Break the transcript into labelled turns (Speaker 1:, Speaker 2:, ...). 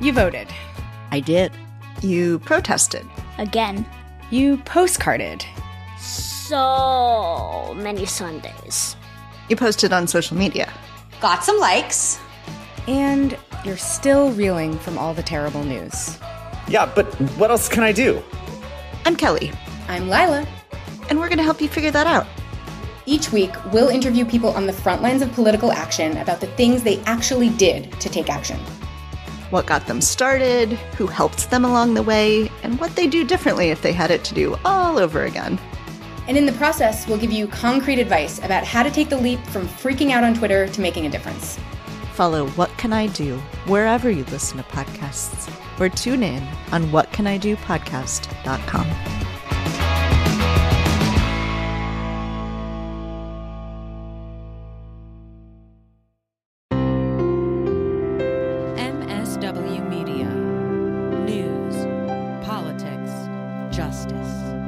Speaker 1: You voted.
Speaker 2: I did.
Speaker 3: You protested.
Speaker 4: Again,
Speaker 1: You postcarded.
Speaker 4: so many Sundays.
Speaker 3: You posted on social media.
Speaker 5: Got some likes.
Speaker 1: And you're still reeling from all the terrible news.
Speaker 6: Yeah, but what else can I do?
Speaker 3: I'm Kelly,
Speaker 1: I'm Lila.
Speaker 3: and we're going to help you figure that out.
Speaker 7: Each week, we'll interview people on the front lines of political action about the things they actually did to take action.
Speaker 3: What got them started, who helped them along the way, and what they do differently if they had it to do all over again.
Speaker 7: And in the process, we'll give you concrete advice about how to take the leap from freaking out on Twitter to making a difference.
Speaker 3: Follow What Can I Do wherever you listen to podcasts, or tune in on whatcanidopodcast.com.
Speaker 8: MSW Media News, Politics, Justice.